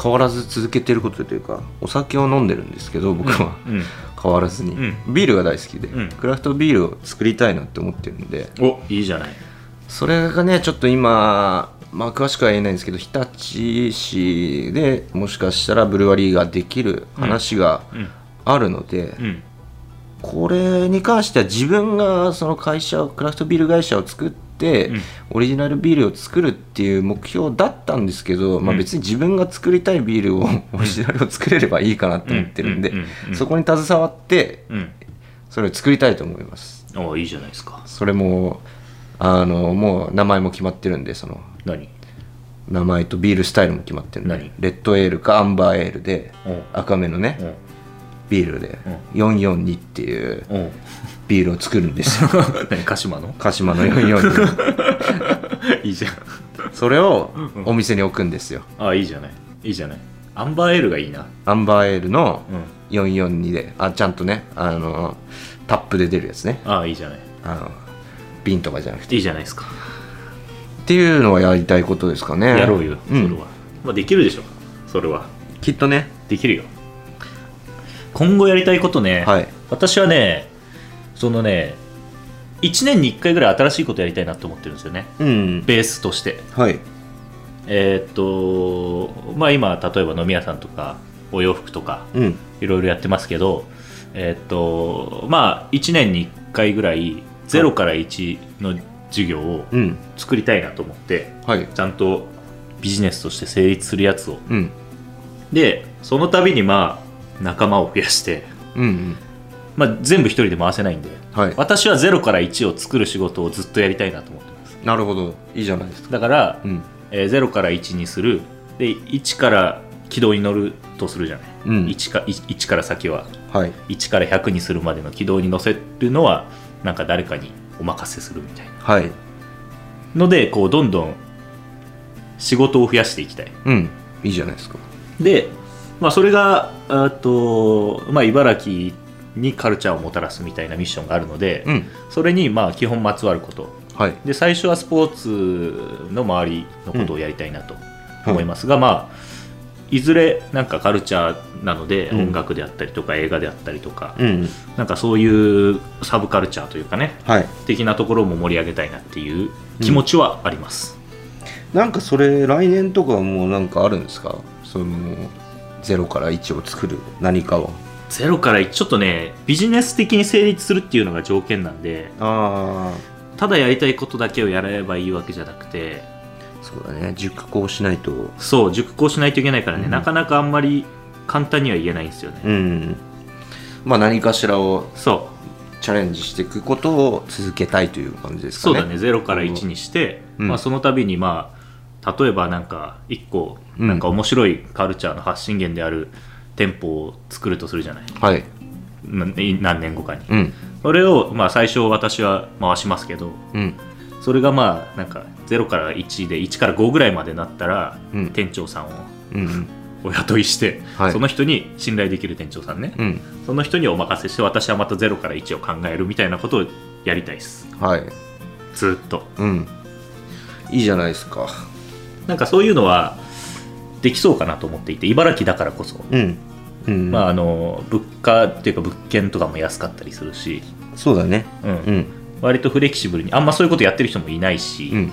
[SPEAKER 2] 変わらず続けてることというかお酒を飲んでるんですけど僕は、
[SPEAKER 1] うん
[SPEAKER 2] 変わらずに、
[SPEAKER 1] うん
[SPEAKER 2] ビールが大好きで、
[SPEAKER 1] うん
[SPEAKER 2] クラフトビールを作りたいなって思ってるんで
[SPEAKER 1] おいいじゃない
[SPEAKER 2] それがねちょっと今まあ詳しくは言えないんですけど日立市でもしかしたらブルワリーができる話が
[SPEAKER 1] うん
[SPEAKER 2] あるので、
[SPEAKER 1] うん
[SPEAKER 2] これに関しては自分がその会社をクラフトビール会社を作って、
[SPEAKER 1] うん
[SPEAKER 2] オリジナルビールを作るっていう目標だったんですけど、ま
[SPEAKER 1] う
[SPEAKER 2] あ、
[SPEAKER 1] ん
[SPEAKER 2] 別に自分が作りたいビールを、オリジナルを作れればいいかなと思ってるんで、
[SPEAKER 1] うんうんうんうん
[SPEAKER 2] そこに携わって
[SPEAKER 1] うん
[SPEAKER 2] それを作りたいと思います
[SPEAKER 1] おいいじゃないですか
[SPEAKER 2] それもあのもう名前も決まってるんでその
[SPEAKER 1] 何
[SPEAKER 2] 名前とビールスタイルも決まってるんで
[SPEAKER 1] 何
[SPEAKER 2] レッドエールかアンバーエールで
[SPEAKER 1] うん
[SPEAKER 2] 赤目のね、
[SPEAKER 1] うん
[SPEAKER 2] ビールで442っていう
[SPEAKER 1] うん
[SPEAKER 2] ビールを作るんですよ
[SPEAKER 1] [laughs] 何鹿島の
[SPEAKER 2] 鹿島の442
[SPEAKER 1] [laughs] いいじゃん
[SPEAKER 2] それをお店に置くんですよ
[SPEAKER 1] あいいじゃないいいじゃないアンバーエールがいいな
[SPEAKER 2] アンバーエールの
[SPEAKER 1] うん
[SPEAKER 2] 442であちゃんとねあのタップで出るやつね
[SPEAKER 1] あいいじゃない
[SPEAKER 2] あの瓶とかじゃなくて
[SPEAKER 1] いいじゃないですか、
[SPEAKER 2] っていうのはやりたいことですかね
[SPEAKER 1] やろうよそれは、
[SPEAKER 2] ん
[SPEAKER 1] まあ、できるでしょそれは
[SPEAKER 2] きっとね
[SPEAKER 1] できるよ今後やりたいことね、
[SPEAKER 2] はい
[SPEAKER 1] 私はねそのね1年に1回ぐらい新しいことやりたいなと思ってるんですよね
[SPEAKER 2] うん
[SPEAKER 1] ベースとして
[SPEAKER 2] はい
[SPEAKER 1] えーっとまあ今例えば飲み屋さんとかお洋服とか
[SPEAKER 2] うん
[SPEAKER 1] いろいろやってますけどえーっとまあ1年に1回ぐらい0から1の授業を
[SPEAKER 2] うん
[SPEAKER 1] 作りたいなと思って
[SPEAKER 2] はい
[SPEAKER 1] ちゃんとビジネスとして成立するやつを
[SPEAKER 2] うん
[SPEAKER 1] でその度にまあ仲間を増やして、
[SPEAKER 2] うんうん
[SPEAKER 1] まあ、全部一人で回せないんで
[SPEAKER 2] はい
[SPEAKER 1] 私は0から1を作る仕事をずっとやりたいなと思ってます
[SPEAKER 2] なるほどいいじゃないですか
[SPEAKER 1] だから
[SPEAKER 2] う、ん
[SPEAKER 1] えー0から1にするで1から軌道に乗るとするじゃない、
[SPEAKER 2] うん
[SPEAKER 1] 1, か 1, 1から先は
[SPEAKER 2] はい
[SPEAKER 1] 1から100にするまでの軌道に乗せるのはなんか誰かにお任せするみたいな
[SPEAKER 2] はい
[SPEAKER 1] のでこうどんどん仕事を増やしていきたい
[SPEAKER 2] うんいいじゃないですか
[SPEAKER 1] で、まあ、それがあと、まあ、茨城にカルチャーをもたらすみたいなミッションがあるので、
[SPEAKER 2] うん
[SPEAKER 1] それにまあ基本まつわること
[SPEAKER 2] はい
[SPEAKER 1] で最初はスポーツの周りのことをやりたいなと思いますが、まあいずれなんかカルチャーなので
[SPEAKER 2] うん
[SPEAKER 1] 音楽であったりとか映画であったりとか、
[SPEAKER 2] うん
[SPEAKER 1] なんかそういうサブカルチャーというかね
[SPEAKER 2] はい
[SPEAKER 1] 的なところも盛り上げたいなっていう気持ちはあります、
[SPEAKER 2] なんかそれ来年とかはもうなんかあるんですかそのゼロから1を作る何かは
[SPEAKER 1] ゼロから1ちょっとねビジネス的に成立するっていうのが条件なんで
[SPEAKER 2] ああ
[SPEAKER 1] ただやりたいことだけをやればいいわけじゃなくて
[SPEAKER 2] そうだね熟考しないと
[SPEAKER 1] そう熟考しないといけないからね、
[SPEAKER 2] うん
[SPEAKER 1] なかなかあんまり簡単には言えないんですよね、
[SPEAKER 2] うんまあ何かしらを
[SPEAKER 1] そ
[SPEAKER 2] チャレンジしていくことを続けたいという感じで
[SPEAKER 1] う
[SPEAKER 2] すか
[SPEAKER 1] そう
[SPEAKER 2] ね
[SPEAKER 1] だね0から1にして、
[SPEAKER 2] うん
[SPEAKER 1] まあ、その度にまあ例えばなんか1個
[SPEAKER 2] うん
[SPEAKER 1] なんか面白いカルチャーの発信源である店舗を作るとするじゃない
[SPEAKER 2] はい
[SPEAKER 1] な何年後かに
[SPEAKER 2] うん
[SPEAKER 1] それをまあ最初私は回しますけど
[SPEAKER 2] うん
[SPEAKER 1] それがまあなんか0から1で1から5ぐらいまでなったら、
[SPEAKER 2] うん
[SPEAKER 1] 店長さんを
[SPEAKER 2] うん
[SPEAKER 1] お雇いして、
[SPEAKER 2] はい
[SPEAKER 1] その人に信頼できる店長さんね、
[SPEAKER 2] うん
[SPEAKER 1] その人にお任せして私はまた0から1を考えるみたいなことをやりたいです
[SPEAKER 2] はい
[SPEAKER 1] ずーっと
[SPEAKER 2] うんいいじゃないですか
[SPEAKER 1] なんかそういうのはできそうかなと思っていて茨城だからこそ、
[SPEAKER 2] うんうん
[SPEAKER 1] まあ
[SPEAKER 2] ま
[SPEAKER 1] あの物価っていうか物件とかも安かったりするし、
[SPEAKER 2] あそうだね
[SPEAKER 1] うん
[SPEAKER 2] うん
[SPEAKER 1] 割とフレキシブルにあんまそういうことやってる人もいない
[SPEAKER 2] うんう
[SPEAKER 1] し、
[SPEAKER 2] ん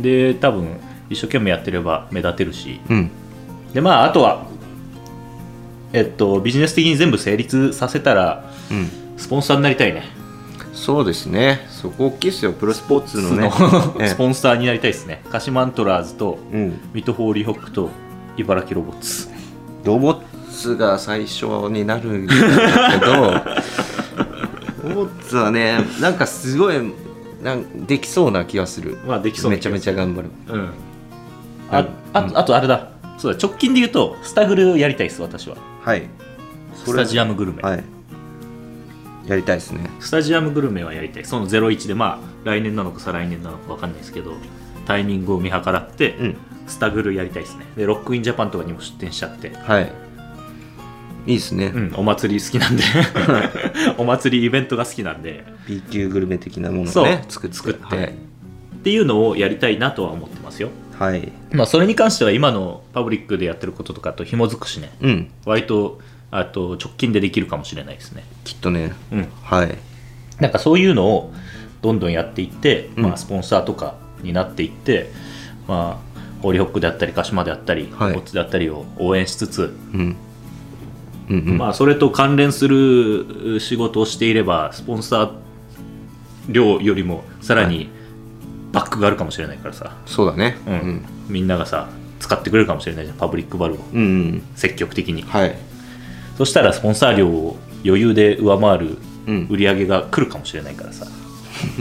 [SPEAKER 1] で多分一生懸命やってれば目立てるし
[SPEAKER 2] うん
[SPEAKER 1] でまああとはえっとビジネス的に全部成立させたらスポンサーになりたいね
[SPEAKER 2] そうですねそこ大きいですよプロスポーツのね
[SPEAKER 1] [laughs] そ
[SPEAKER 2] [laughs] ええ
[SPEAKER 1] スポンサーになりたいですね鹿島アントラーズと
[SPEAKER 2] うん
[SPEAKER 1] 水戸ホーリーホックと茨城ロボッツ
[SPEAKER 2] ロボッツが最初になるんだけど [laughs] ロボッツはねなんかすごいなんできそうな気がする
[SPEAKER 1] まあできそうな気
[SPEAKER 2] めちゃ
[SPEAKER 1] が
[SPEAKER 2] めちゃ頑張る
[SPEAKER 1] うんあ,、
[SPEAKER 2] う
[SPEAKER 1] あ
[SPEAKER 2] ん
[SPEAKER 1] あとあれだそうだ直近で言うとスタグルやりたいです私は
[SPEAKER 2] はい
[SPEAKER 1] スタジアムグルメ、
[SPEAKER 2] はいやりたいですね
[SPEAKER 1] スタジアムグルメはやりたいその01でまあ来年なのか再来年なのか分かんないですけどタイミングを見計らって、
[SPEAKER 2] うん
[SPEAKER 1] スタグルやりたいですねでロックインジャパンとかにも出店しちゃって
[SPEAKER 2] はいいいですね、
[SPEAKER 1] うん、お祭り好き [laughs] なんでお祭りイベントが好きなんで
[SPEAKER 2] B 級グルメ的なもの
[SPEAKER 1] そ
[SPEAKER 2] を
[SPEAKER 1] う
[SPEAKER 2] ね作って
[SPEAKER 1] 作って
[SPEAKER 2] はい、
[SPEAKER 1] っていうのをやりたいなとは思ってますよ
[SPEAKER 2] はい、
[SPEAKER 1] まあそれに関しては今のパブリックでやってることとかと紐づくしね
[SPEAKER 2] うん
[SPEAKER 1] 割とあと直近でできるかもしれないですね
[SPEAKER 2] きっとね
[SPEAKER 1] うん
[SPEAKER 2] はい
[SPEAKER 1] なんかそういうのをどんどんやっていって、
[SPEAKER 2] うん
[SPEAKER 1] まあ、スポンサーとかになっていって、まあホーリーホックであったり鹿島であったり、
[SPEAKER 2] はい
[SPEAKER 1] オッツであったりを応援しつつ、
[SPEAKER 2] うんうんうん、
[SPEAKER 1] まあ、それと関連する仕事をしていればスポンサー料よりもさらにバックがあるかもしれないからさ、
[SPEAKER 2] そうだね
[SPEAKER 1] うんみんながさ使ってくれるかもしれないじゃんパブリックバルを
[SPEAKER 2] うん、うん、
[SPEAKER 1] 積極的に
[SPEAKER 2] はい
[SPEAKER 1] そしたらスポンサー料を余裕で上回る
[SPEAKER 2] うん [laughs]
[SPEAKER 1] 売り上げが来るかもしれないからさ、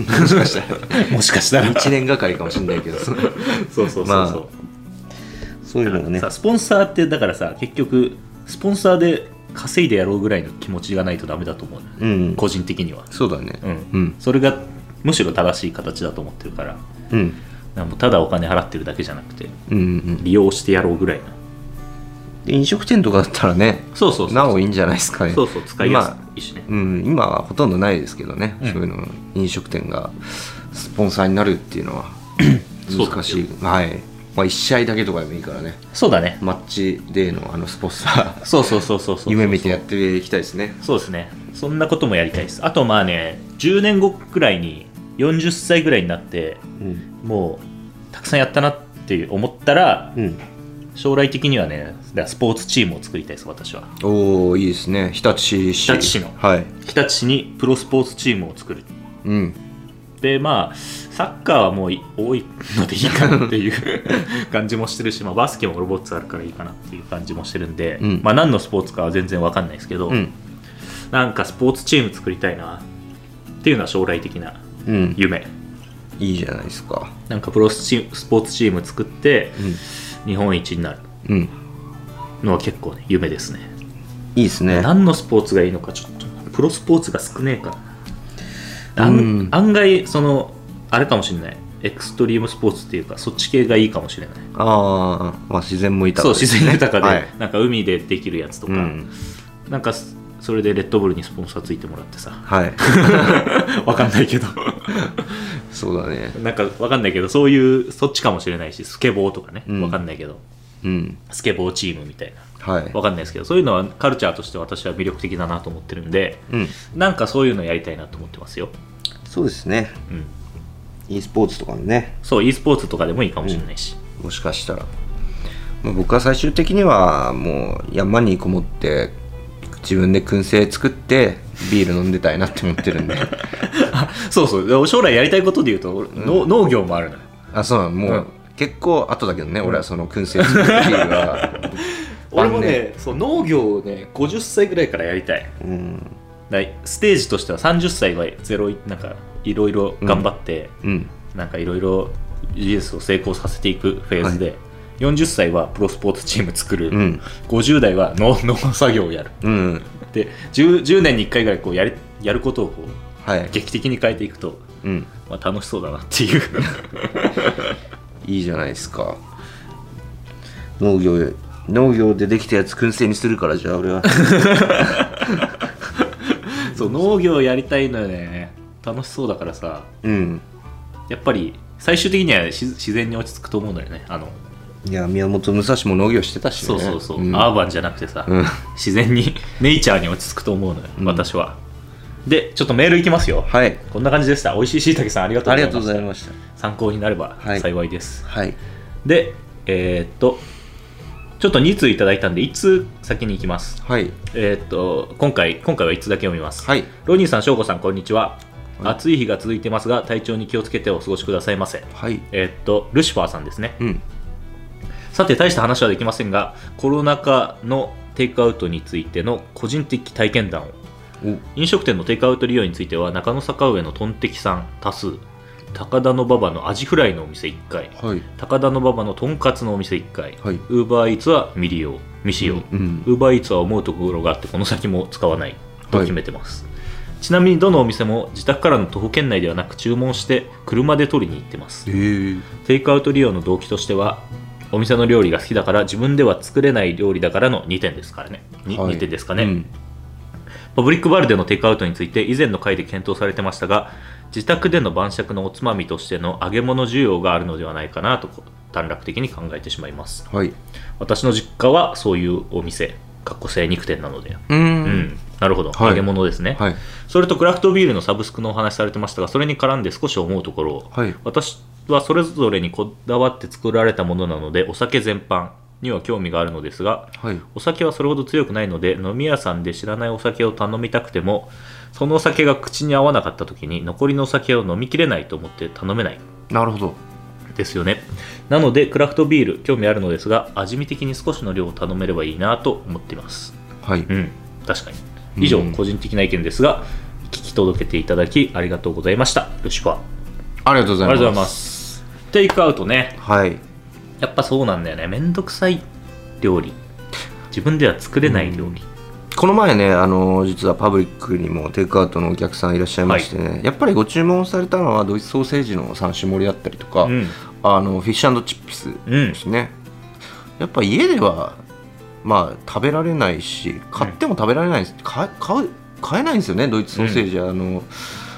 [SPEAKER 2] もしかしたら
[SPEAKER 1] [laughs] もしかしたら
[SPEAKER 2] 1年がかりかもしれないけど [laughs] そう
[SPEAKER 1] そうそうそうそう、
[SPEAKER 2] まあそういうのがね
[SPEAKER 1] さスポンサーってだからさ結局スポンサーで稼いでやろうぐらいの気持ちがないとダメだと思うのよね、
[SPEAKER 2] うん
[SPEAKER 1] 個人的には、
[SPEAKER 2] そうだね
[SPEAKER 1] うん
[SPEAKER 2] うん
[SPEAKER 1] それがむしろ正しい形だと思ってるからだか
[SPEAKER 2] うん
[SPEAKER 1] らもうただお金払ってるだけじゃなくて
[SPEAKER 2] うんうん
[SPEAKER 1] 利用してやろうぐらいな
[SPEAKER 2] で飲食店とかだったらね
[SPEAKER 1] そうそうそう
[SPEAKER 2] なおいいんじゃないですかね
[SPEAKER 1] そうそう使いや
[SPEAKER 2] まあ
[SPEAKER 1] すいしね、
[SPEAKER 2] うん、今はほとんどないですけどね、
[SPEAKER 1] うん
[SPEAKER 2] そういうの飲食店がスポンサーになるっていうのは
[SPEAKER 1] そう
[SPEAKER 2] 難しい、はいまあ、1試合だけとかでもいいからね
[SPEAKER 1] そうだね
[SPEAKER 2] マッチデーのあのスポンサー
[SPEAKER 1] そうそうそうそうそう
[SPEAKER 2] 夢見てやっていきたいですね
[SPEAKER 1] そうですねそんなこともやりたいですあとまあね10年後くらいに40歳ぐらいになって
[SPEAKER 2] うん
[SPEAKER 1] もうたくさんやったなって思ったら
[SPEAKER 2] うん、
[SPEAKER 1] 将来的にはねだからスポーツチームを作りたいです私は
[SPEAKER 2] おおいいですね日立市
[SPEAKER 1] 日立市の
[SPEAKER 2] はい
[SPEAKER 1] 日立市にプロスポーツチームを作る
[SPEAKER 2] うん
[SPEAKER 1] でまあサッカーはもうい多いのでいいかなっていう
[SPEAKER 2] [laughs]
[SPEAKER 1] 感じもしてるし、まあ、バスケもロボッツあるからいいかなっていう感じもしてるんで、
[SPEAKER 2] うん
[SPEAKER 1] まあ、何のスポーツかは全然わかんないですけど、
[SPEAKER 2] うん
[SPEAKER 1] なんかスポーツチーム作りたいなっていうのは将来的な
[SPEAKER 2] うん
[SPEAKER 1] 夢
[SPEAKER 2] いいじゃないですか
[SPEAKER 1] なんかプロスチームスポーツチーム作って日本一になる
[SPEAKER 2] うんうん
[SPEAKER 1] のは結構ね夢ですね
[SPEAKER 2] いいですね
[SPEAKER 1] 何のスポーツがいいのかちょっとプロスポーツが少ねえからあん
[SPEAKER 2] うん
[SPEAKER 1] 案外そのあれかもしれないエクストリームスポーツっていうかそっち系がいいかもしれない
[SPEAKER 2] ああまあ自然も豊
[SPEAKER 1] そう
[SPEAKER 2] か
[SPEAKER 1] 自然豊かで、
[SPEAKER 2] はい
[SPEAKER 1] なんか海でできるやつとか、
[SPEAKER 2] うん
[SPEAKER 1] なんかすそれでレッドブルにスポンサーついてもらって
[SPEAKER 2] [laughs]
[SPEAKER 1] さ
[SPEAKER 2] はい
[SPEAKER 1] [laughs] わかんないけど
[SPEAKER 2] そうだね
[SPEAKER 1] なんかわかんないけどそういうそっちかもしれないしスケボーとかね
[SPEAKER 2] うん
[SPEAKER 1] わかんないけど、
[SPEAKER 2] うん
[SPEAKER 1] スケボーチームみたいな
[SPEAKER 2] はい
[SPEAKER 1] わかんないですけどそういうのはカルチャーとして私は魅力的だなと思ってるんで
[SPEAKER 2] うん
[SPEAKER 1] なんかそういうのやりたいなと思ってますよ、
[SPEAKER 2] そうですね
[SPEAKER 1] うん、
[SPEAKER 2] e スポーツとかね
[SPEAKER 1] そう e スポーツとかでもいいかもしれないし、
[SPEAKER 2] もしかしたら、まあ、僕は最終的にはもう山にこもって自分で燻製作ってビール飲んでたいなって思ってるんで
[SPEAKER 1] あそうそうでも将来やりたいことで言うと、の農業もあるのよ
[SPEAKER 2] あそうなのもう、
[SPEAKER 1] うん
[SPEAKER 2] 結構後だけどね俺はその燻製作ってビールは
[SPEAKER 1] 俺も
[SPEAKER 2] 晩
[SPEAKER 1] ねそう農業をね50歳ぐらいからやりたい
[SPEAKER 2] [laughs] うん
[SPEAKER 1] だステージとしては30歳はゼロなんかいろいろ頑張って、
[SPEAKER 2] うん
[SPEAKER 1] なんかいろいろビジネスを成功させていくフェーズで、40歳はプロスポーツチーム作る、
[SPEAKER 2] うん
[SPEAKER 1] 50代は農農作業をやる
[SPEAKER 2] うん
[SPEAKER 1] で 10, 10年に1回ぐらいこうやりやることをこう
[SPEAKER 2] はい
[SPEAKER 1] 劇的に変えていくと、
[SPEAKER 2] うん
[SPEAKER 1] まあ、楽しそうだなっていう
[SPEAKER 2] いいじゃないですか農業農業でできたやつ燻製にするからじゃあ俺 [laughs] は
[SPEAKER 1] そう農業やりたいのよね楽しそうだからさ
[SPEAKER 2] うん
[SPEAKER 1] やっぱり最終的にはし自然に落ち着くと思うんだよねあの
[SPEAKER 2] いや宮本武蔵も農業してたしね
[SPEAKER 1] そうそうそう、
[SPEAKER 2] ん
[SPEAKER 1] アーバンじゃなくてさ、
[SPEAKER 2] うん
[SPEAKER 1] 自然に [laughs] ネイチャーに落ち着くと思うのよ、
[SPEAKER 2] ん
[SPEAKER 1] 私はでちょっとメールいきますよ、
[SPEAKER 2] はい
[SPEAKER 1] こんな感じでした美味しいしいたけさんありがとう
[SPEAKER 2] あ
[SPEAKER 1] ご
[SPEAKER 2] り
[SPEAKER 1] ざい
[SPEAKER 2] が
[SPEAKER 1] ま
[SPEAKER 2] とう
[SPEAKER 1] す
[SPEAKER 2] ございました
[SPEAKER 1] 参考になれば
[SPEAKER 2] はい
[SPEAKER 1] 幸いです、
[SPEAKER 2] はい
[SPEAKER 1] でえーっとちょっと2通いただいたんで1通先に行きます
[SPEAKER 2] はい
[SPEAKER 1] えーっと今回今回は1通だけ読みます、
[SPEAKER 2] はい
[SPEAKER 1] ロニーさん翔子さんこんにちは、
[SPEAKER 2] はい
[SPEAKER 1] 暑い日が続いてますが体調に気をつけてお過ごしくださいませ
[SPEAKER 2] はい
[SPEAKER 1] えーっとルシファーさんですね
[SPEAKER 2] うん
[SPEAKER 1] さて大した話はできませんがコロナ禍のテイクアウトについての個人的体験談を
[SPEAKER 2] お
[SPEAKER 1] 飲食店のテイクアウト利用については中野坂上のトンテキさん多数高田の馬場のアジフライのお店1回
[SPEAKER 2] はい
[SPEAKER 1] 高田の馬場のとんかつのお店1回
[SPEAKER 2] はい
[SPEAKER 1] ウーバーイーツは未利用未使用
[SPEAKER 2] うん
[SPEAKER 1] ウーバーイーツは思うところがあってこの先も使わないと決めてます、ちなみにどのお店も自宅からの徒歩圏内ではなく注文して車で取りに行ってます
[SPEAKER 2] えー、
[SPEAKER 1] テイクアウト利用の動機としてはお店の料理が好きだから自分では作れない料理だからの2点ですからね、に
[SPEAKER 2] はい
[SPEAKER 1] 2点ですかね、パブリックバルでのテイクアウトについて以前の回で検討されてましたが自宅での晩酌のおつまみとしての揚げ物需要があるのではないかなと短絡的に考えてしまいます
[SPEAKER 2] うん、はい
[SPEAKER 1] 私の実家はそういうお店かっこ精肉店なので
[SPEAKER 2] うん
[SPEAKER 1] うん、なるほど、
[SPEAKER 2] はい
[SPEAKER 1] 揚げ物ですね、
[SPEAKER 2] はい
[SPEAKER 1] それとクラフトビールのサブスクのお話されてましたがそれに絡んで少し思うところを
[SPEAKER 2] はい
[SPEAKER 1] 私はそれぞれにこだわって作られたものなのでお酒全般には興味があるのですが
[SPEAKER 2] はい
[SPEAKER 1] お酒はそれほど強くないので飲み屋さんで知らないお酒を頼みたくてもそのお酒が口に合わなかった時に残りのお酒を飲みきれないと思って頼めない
[SPEAKER 2] なるほど
[SPEAKER 1] ですよねなのでクラフトビール興味あるのですが味見的に少しの量を頼めればいいなと思っています
[SPEAKER 2] はい、
[SPEAKER 1] うん確かに以上、
[SPEAKER 2] うん
[SPEAKER 1] 個人的な意見ですが聞き届けていただきありがとうございましたルシファーあ
[SPEAKER 2] ありがとうござ
[SPEAKER 1] り
[SPEAKER 2] い
[SPEAKER 1] がとうご
[SPEAKER 2] ます
[SPEAKER 1] ざいますテイクアウトね
[SPEAKER 2] はい
[SPEAKER 1] やっぱそうなんだよねめんどくさい料理自分では作れない料理
[SPEAKER 2] この前ねあの実はパブリックにもテイクアウトのお客さんいらっしゃいましてね、やっぱりご注文されたのはドイツソーセージの三種盛りだったりとか、
[SPEAKER 1] うん
[SPEAKER 2] あのフィッシュチップス
[SPEAKER 1] うん
[SPEAKER 2] ですね、やっぱ家ではまあ食べられないし買っても食べられないんです、買買う買えないんですよねドイツソーセージは、あの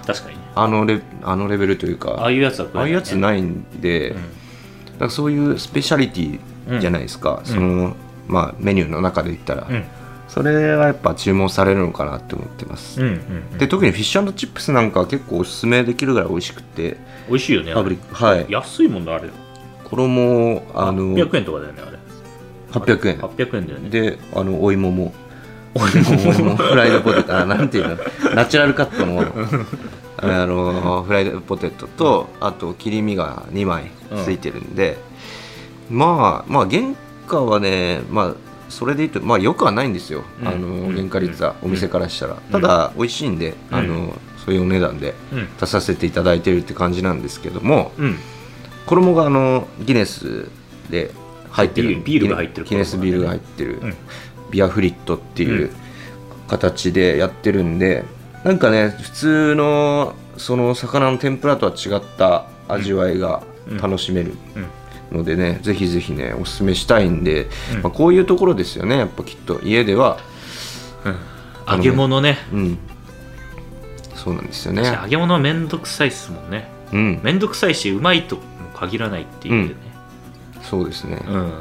[SPEAKER 1] 確かにね
[SPEAKER 2] あのレあのレベルという
[SPEAKER 1] あ
[SPEAKER 2] か
[SPEAKER 1] あいうやつは
[SPEAKER 2] ああいうやつ
[SPEAKER 1] い、
[SPEAKER 2] ないんで、
[SPEAKER 1] うん
[SPEAKER 2] だからそういうスペシャリティじゃないですか、そのまあ、メニューの中で言ったら、
[SPEAKER 1] うん
[SPEAKER 2] それはやっぱ注文されるのかなって思ってます、
[SPEAKER 1] うんうんうん
[SPEAKER 2] で特にフィッシュチップスなんかは結構おすすめできるぐらい美味しくて
[SPEAKER 1] 美味しいよね
[SPEAKER 2] パブリックはい
[SPEAKER 1] 安いもんだあれ
[SPEAKER 2] 衣をあの
[SPEAKER 1] 800円とかだよねあれ
[SPEAKER 2] 800円
[SPEAKER 1] 800円だよね
[SPEAKER 2] であのお芋もお芋もフライドポテトあなんていうのナチュラルカットのあのフライドポテトとあと切り身が2枚ついてるんで、まあまあ原価はねまあそれで言うとまあよくはないんですよ、
[SPEAKER 1] うん
[SPEAKER 2] あ
[SPEAKER 1] う
[SPEAKER 2] の
[SPEAKER 1] ん
[SPEAKER 2] 原価率は、
[SPEAKER 1] うん
[SPEAKER 2] お店からしたら、ただ美味しいんで、あ
[SPEAKER 1] うん
[SPEAKER 2] のそういうお値段で
[SPEAKER 1] うん
[SPEAKER 2] 出させていただいてるって感じなんですけども
[SPEAKER 1] うん
[SPEAKER 2] 衣があのギネスで入ってる
[SPEAKER 1] ビールビールが入ってる
[SPEAKER 2] ギネスビールが入ってる、
[SPEAKER 1] うん
[SPEAKER 2] ビアフリットっていうう形でやってるんで、なんかね普通のその魚の天ぷらとは違った味わいが
[SPEAKER 1] うん
[SPEAKER 2] 楽しめる
[SPEAKER 1] うん
[SPEAKER 2] のでね、ぜひぜひねおすすめしたいんで、
[SPEAKER 1] うん
[SPEAKER 2] まあ、こういうところですよねやっぱきっと家では
[SPEAKER 1] 揚げ物ね
[SPEAKER 2] うんそうなんですよね
[SPEAKER 1] 揚げ物はめんどくさいっすもんね
[SPEAKER 2] うん
[SPEAKER 1] めんどくさいしうまいとも限らないっていうね
[SPEAKER 2] そうですね、
[SPEAKER 1] うん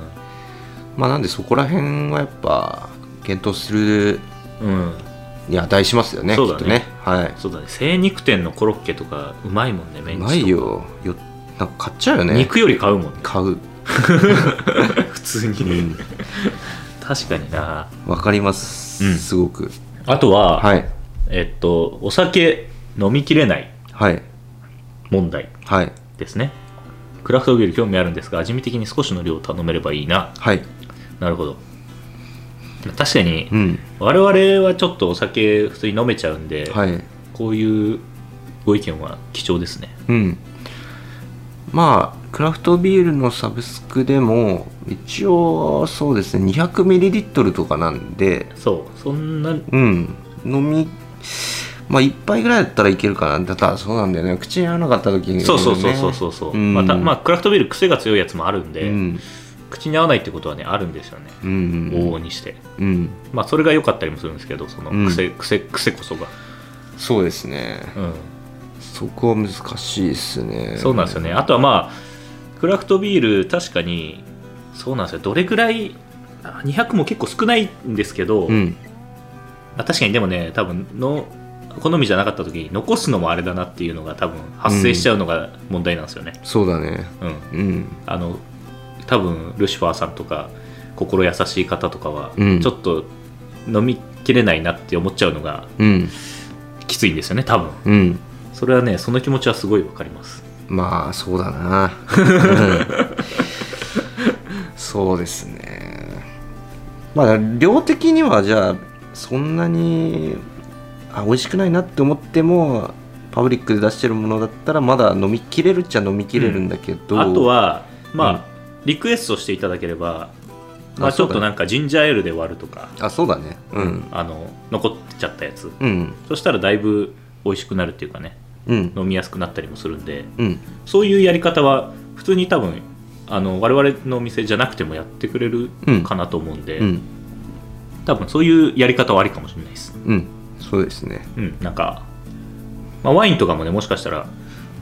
[SPEAKER 2] まあなんでそこら辺はやっぱ検討する
[SPEAKER 1] うん
[SPEAKER 2] に値しますよね
[SPEAKER 1] そうだね
[SPEAKER 2] きっとねはい
[SPEAKER 1] そうだね精肉店のコロッケとかうまいもんねメ
[SPEAKER 2] う
[SPEAKER 1] ンチと
[SPEAKER 2] ま
[SPEAKER 1] か
[SPEAKER 2] いよよなんか買っちゃうよね
[SPEAKER 1] 肉より買う
[SPEAKER 2] [laughs]
[SPEAKER 1] もんね
[SPEAKER 2] 買う
[SPEAKER 1] 普通に、
[SPEAKER 2] うん
[SPEAKER 1] 確かにな
[SPEAKER 2] わかります、
[SPEAKER 1] うん
[SPEAKER 2] すごく
[SPEAKER 1] あとは、
[SPEAKER 2] はい
[SPEAKER 1] えっとお酒飲みきれない
[SPEAKER 2] はい
[SPEAKER 1] 問題
[SPEAKER 2] はい
[SPEAKER 1] ですねクラフトビール興味あるんですが味見的に少しの量を頼めればいいな
[SPEAKER 2] はい
[SPEAKER 1] なるほど確かに
[SPEAKER 2] うん
[SPEAKER 1] 我々はちょっとお酒普通に飲めちゃうんで、
[SPEAKER 2] はい
[SPEAKER 1] こういうご意見は貴重ですね
[SPEAKER 2] うんまあクラフトビールのサブスクでも一応そうですね 200ml とかなんで
[SPEAKER 1] そうそんな
[SPEAKER 2] うん飲みまあ一杯ぐらいだったらいけるかなだからそうなんだよね口に合わなかった時に、ね、
[SPEAKER 1] そうそうそうそうそうそう、
[SPEAKER 2] うん
[SPEAKER 1] またまあクラフトビール癖が強いやつもあるんで、
[SPEAKER 2] うん
[SPEAKER 1] 口に合わないってことはねあるんですよね
[SPEAKER 2] う
[SPEAKER 1] 往々
[SPEAKER 2] ん
[SPEAKER 1] にして
[SPEAKER 2] うん
[SPEAKER 1] まあそれが良かったりもするんですけどその
[SPEAKER 2] うん
[SPEAKER 1] 癖、癖癖こそが、
[SPEAKER 2] そうですね
[SPEAKER 1] うん
[SPEAKER 2] そこは難しいですね
[SPEAKER 1] そうなんですよねあとはまあクラフトビール確かにそうなんですよどれぐらいあ200も結構少ないんですけど、
[SPEAKER 2] うん
[SPEAKER 1] あ確かにでもね多分の好みじゃなかった時に残すのもあれだなっていうのが多分発生しちゃうのが問題なんですよね、
[SPEAKER 2] そうだね
[SPEAKER 1] うん
[SPEAKER 2] うん
[SPEAKER 1] あの多分ルシファーさんとか心優しい方とかは、
[SPEAKER 2] うん
[SPEAKER 1] ちょっと飲みきれないなって思っちゃうのが
[SPEAKER 2] うん
[SPEAKER 1] きついんですよね多分
[SPEAKER 2] うん
[SPEAKER 1] それはねその気持ちはすごいわかります
[SPEAKER 2] まあそうだなうんそうですねまあ量的にはじゃあそんなにあ美味しくないなって思ってもパブリックで出してるものだったらまだ飲みきれるっちゃ飲みきれるんだけど、
[SPEAKER 1] あとはまあ、リクエストしていただければまあ、
[SPEAKER 2] あ
[SPEAKER 1] ちょ
[SPEAKER 2] そう
[SPEAKER 1] っ
[SPEAKER 2] だ
[SPEAKER 1] と
[SPEAKER 2] ね
[SPEAKER 1] なんかジンジャーエールで割るとか、
[SPEAKER 2] あそうだねうん
[SPEAKER 1] あの残っちゃったやつ
[SPEAKER 2] うん
[SPEAKER 1] そしたらだいぶ美味しくなるっていうかね
[SPEAKER 2] うん
[SPEAKER 1] 飲みやすくなったりもするんで
[SPEAKER 2] うん
[SPEAKER 1] そういうやり方は普通に多分あの我々のお店じゃなくてもやってくれる
[SPEAKER 2] うん
[SPEAKER 1] かなと思うんで、
[SPEAKER 2] うん
[SPEAKER 1] 多分そういうやり方はありかもしれないです
[SPEAKER 2] うんそうですね
[SPEAKER 1] うんなんか、まあ、ワインとかもねもしかしたら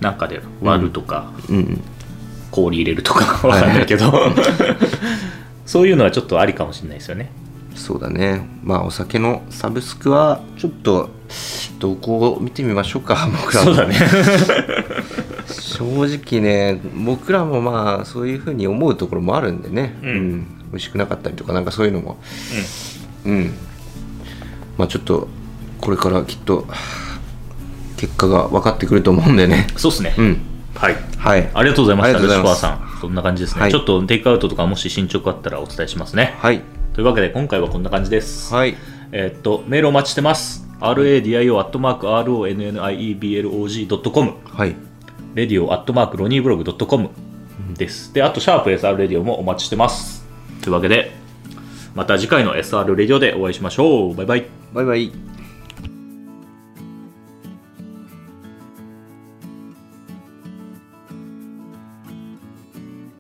[SPEAKER 1] なんかで割るとか、
[SPEAKER 2] うん
[SPEAKER 1] 氷入れるとかわかんないけど [laughs] そういうのはちょっとありかもしれないですよね
[SPEAKER 2] そうだねまあお酒のサブスクはちょっと動向を見てみましょうか [laughs] 僕ら
[SPEAKER 1] そう
[SPEAKER 2] も
[SPEAKER 1] だね [laughs]
[SPEAKER 2] 正直ね僕らもまあそういうふうに思うところもあるんでね、
[SPEAKER 1] うん
[SPEAKER 2] 美味しくなかったりとかなんかそういうのもうん、まあちょっとこれからきっと結果が分かってくると思うんでね
[SPEAKER 1] そうっすね、
[SPEAKER 2] うん
[SPEAKER 1] はい
[SPEAKER 2] はい
[SPEAKER 1] ありがとうございました
[SPEAKER 2] ありがとうござ
[SPEAKER 1] ルシ
[SPEAKER 2] います
[SPEAKER 1] ファーさんそんな感じですね、
[SPEAKER 2] はい
[SPEAKER 1] ちょっとテイクアウトとかもし進捗あったらお伝えしますね
[SPEAKER 2] はい
[SPEAKER 1] というわけで今回はこんな感じです
[SPEAKER 2] はい
[SPEAKER 1] えーっと、メールお待ちしてます。radio.ronnieblog.com、
[SPEAKER 2] はい、
[SPEAKER 1] radio.ronnieblog.com です。で、あと、シャープ SR レディオもお待ちしてます。というわけで、また次回の SR レディオでお会いしましょう。バイバイ。
[SPEAKER 2] バイバイ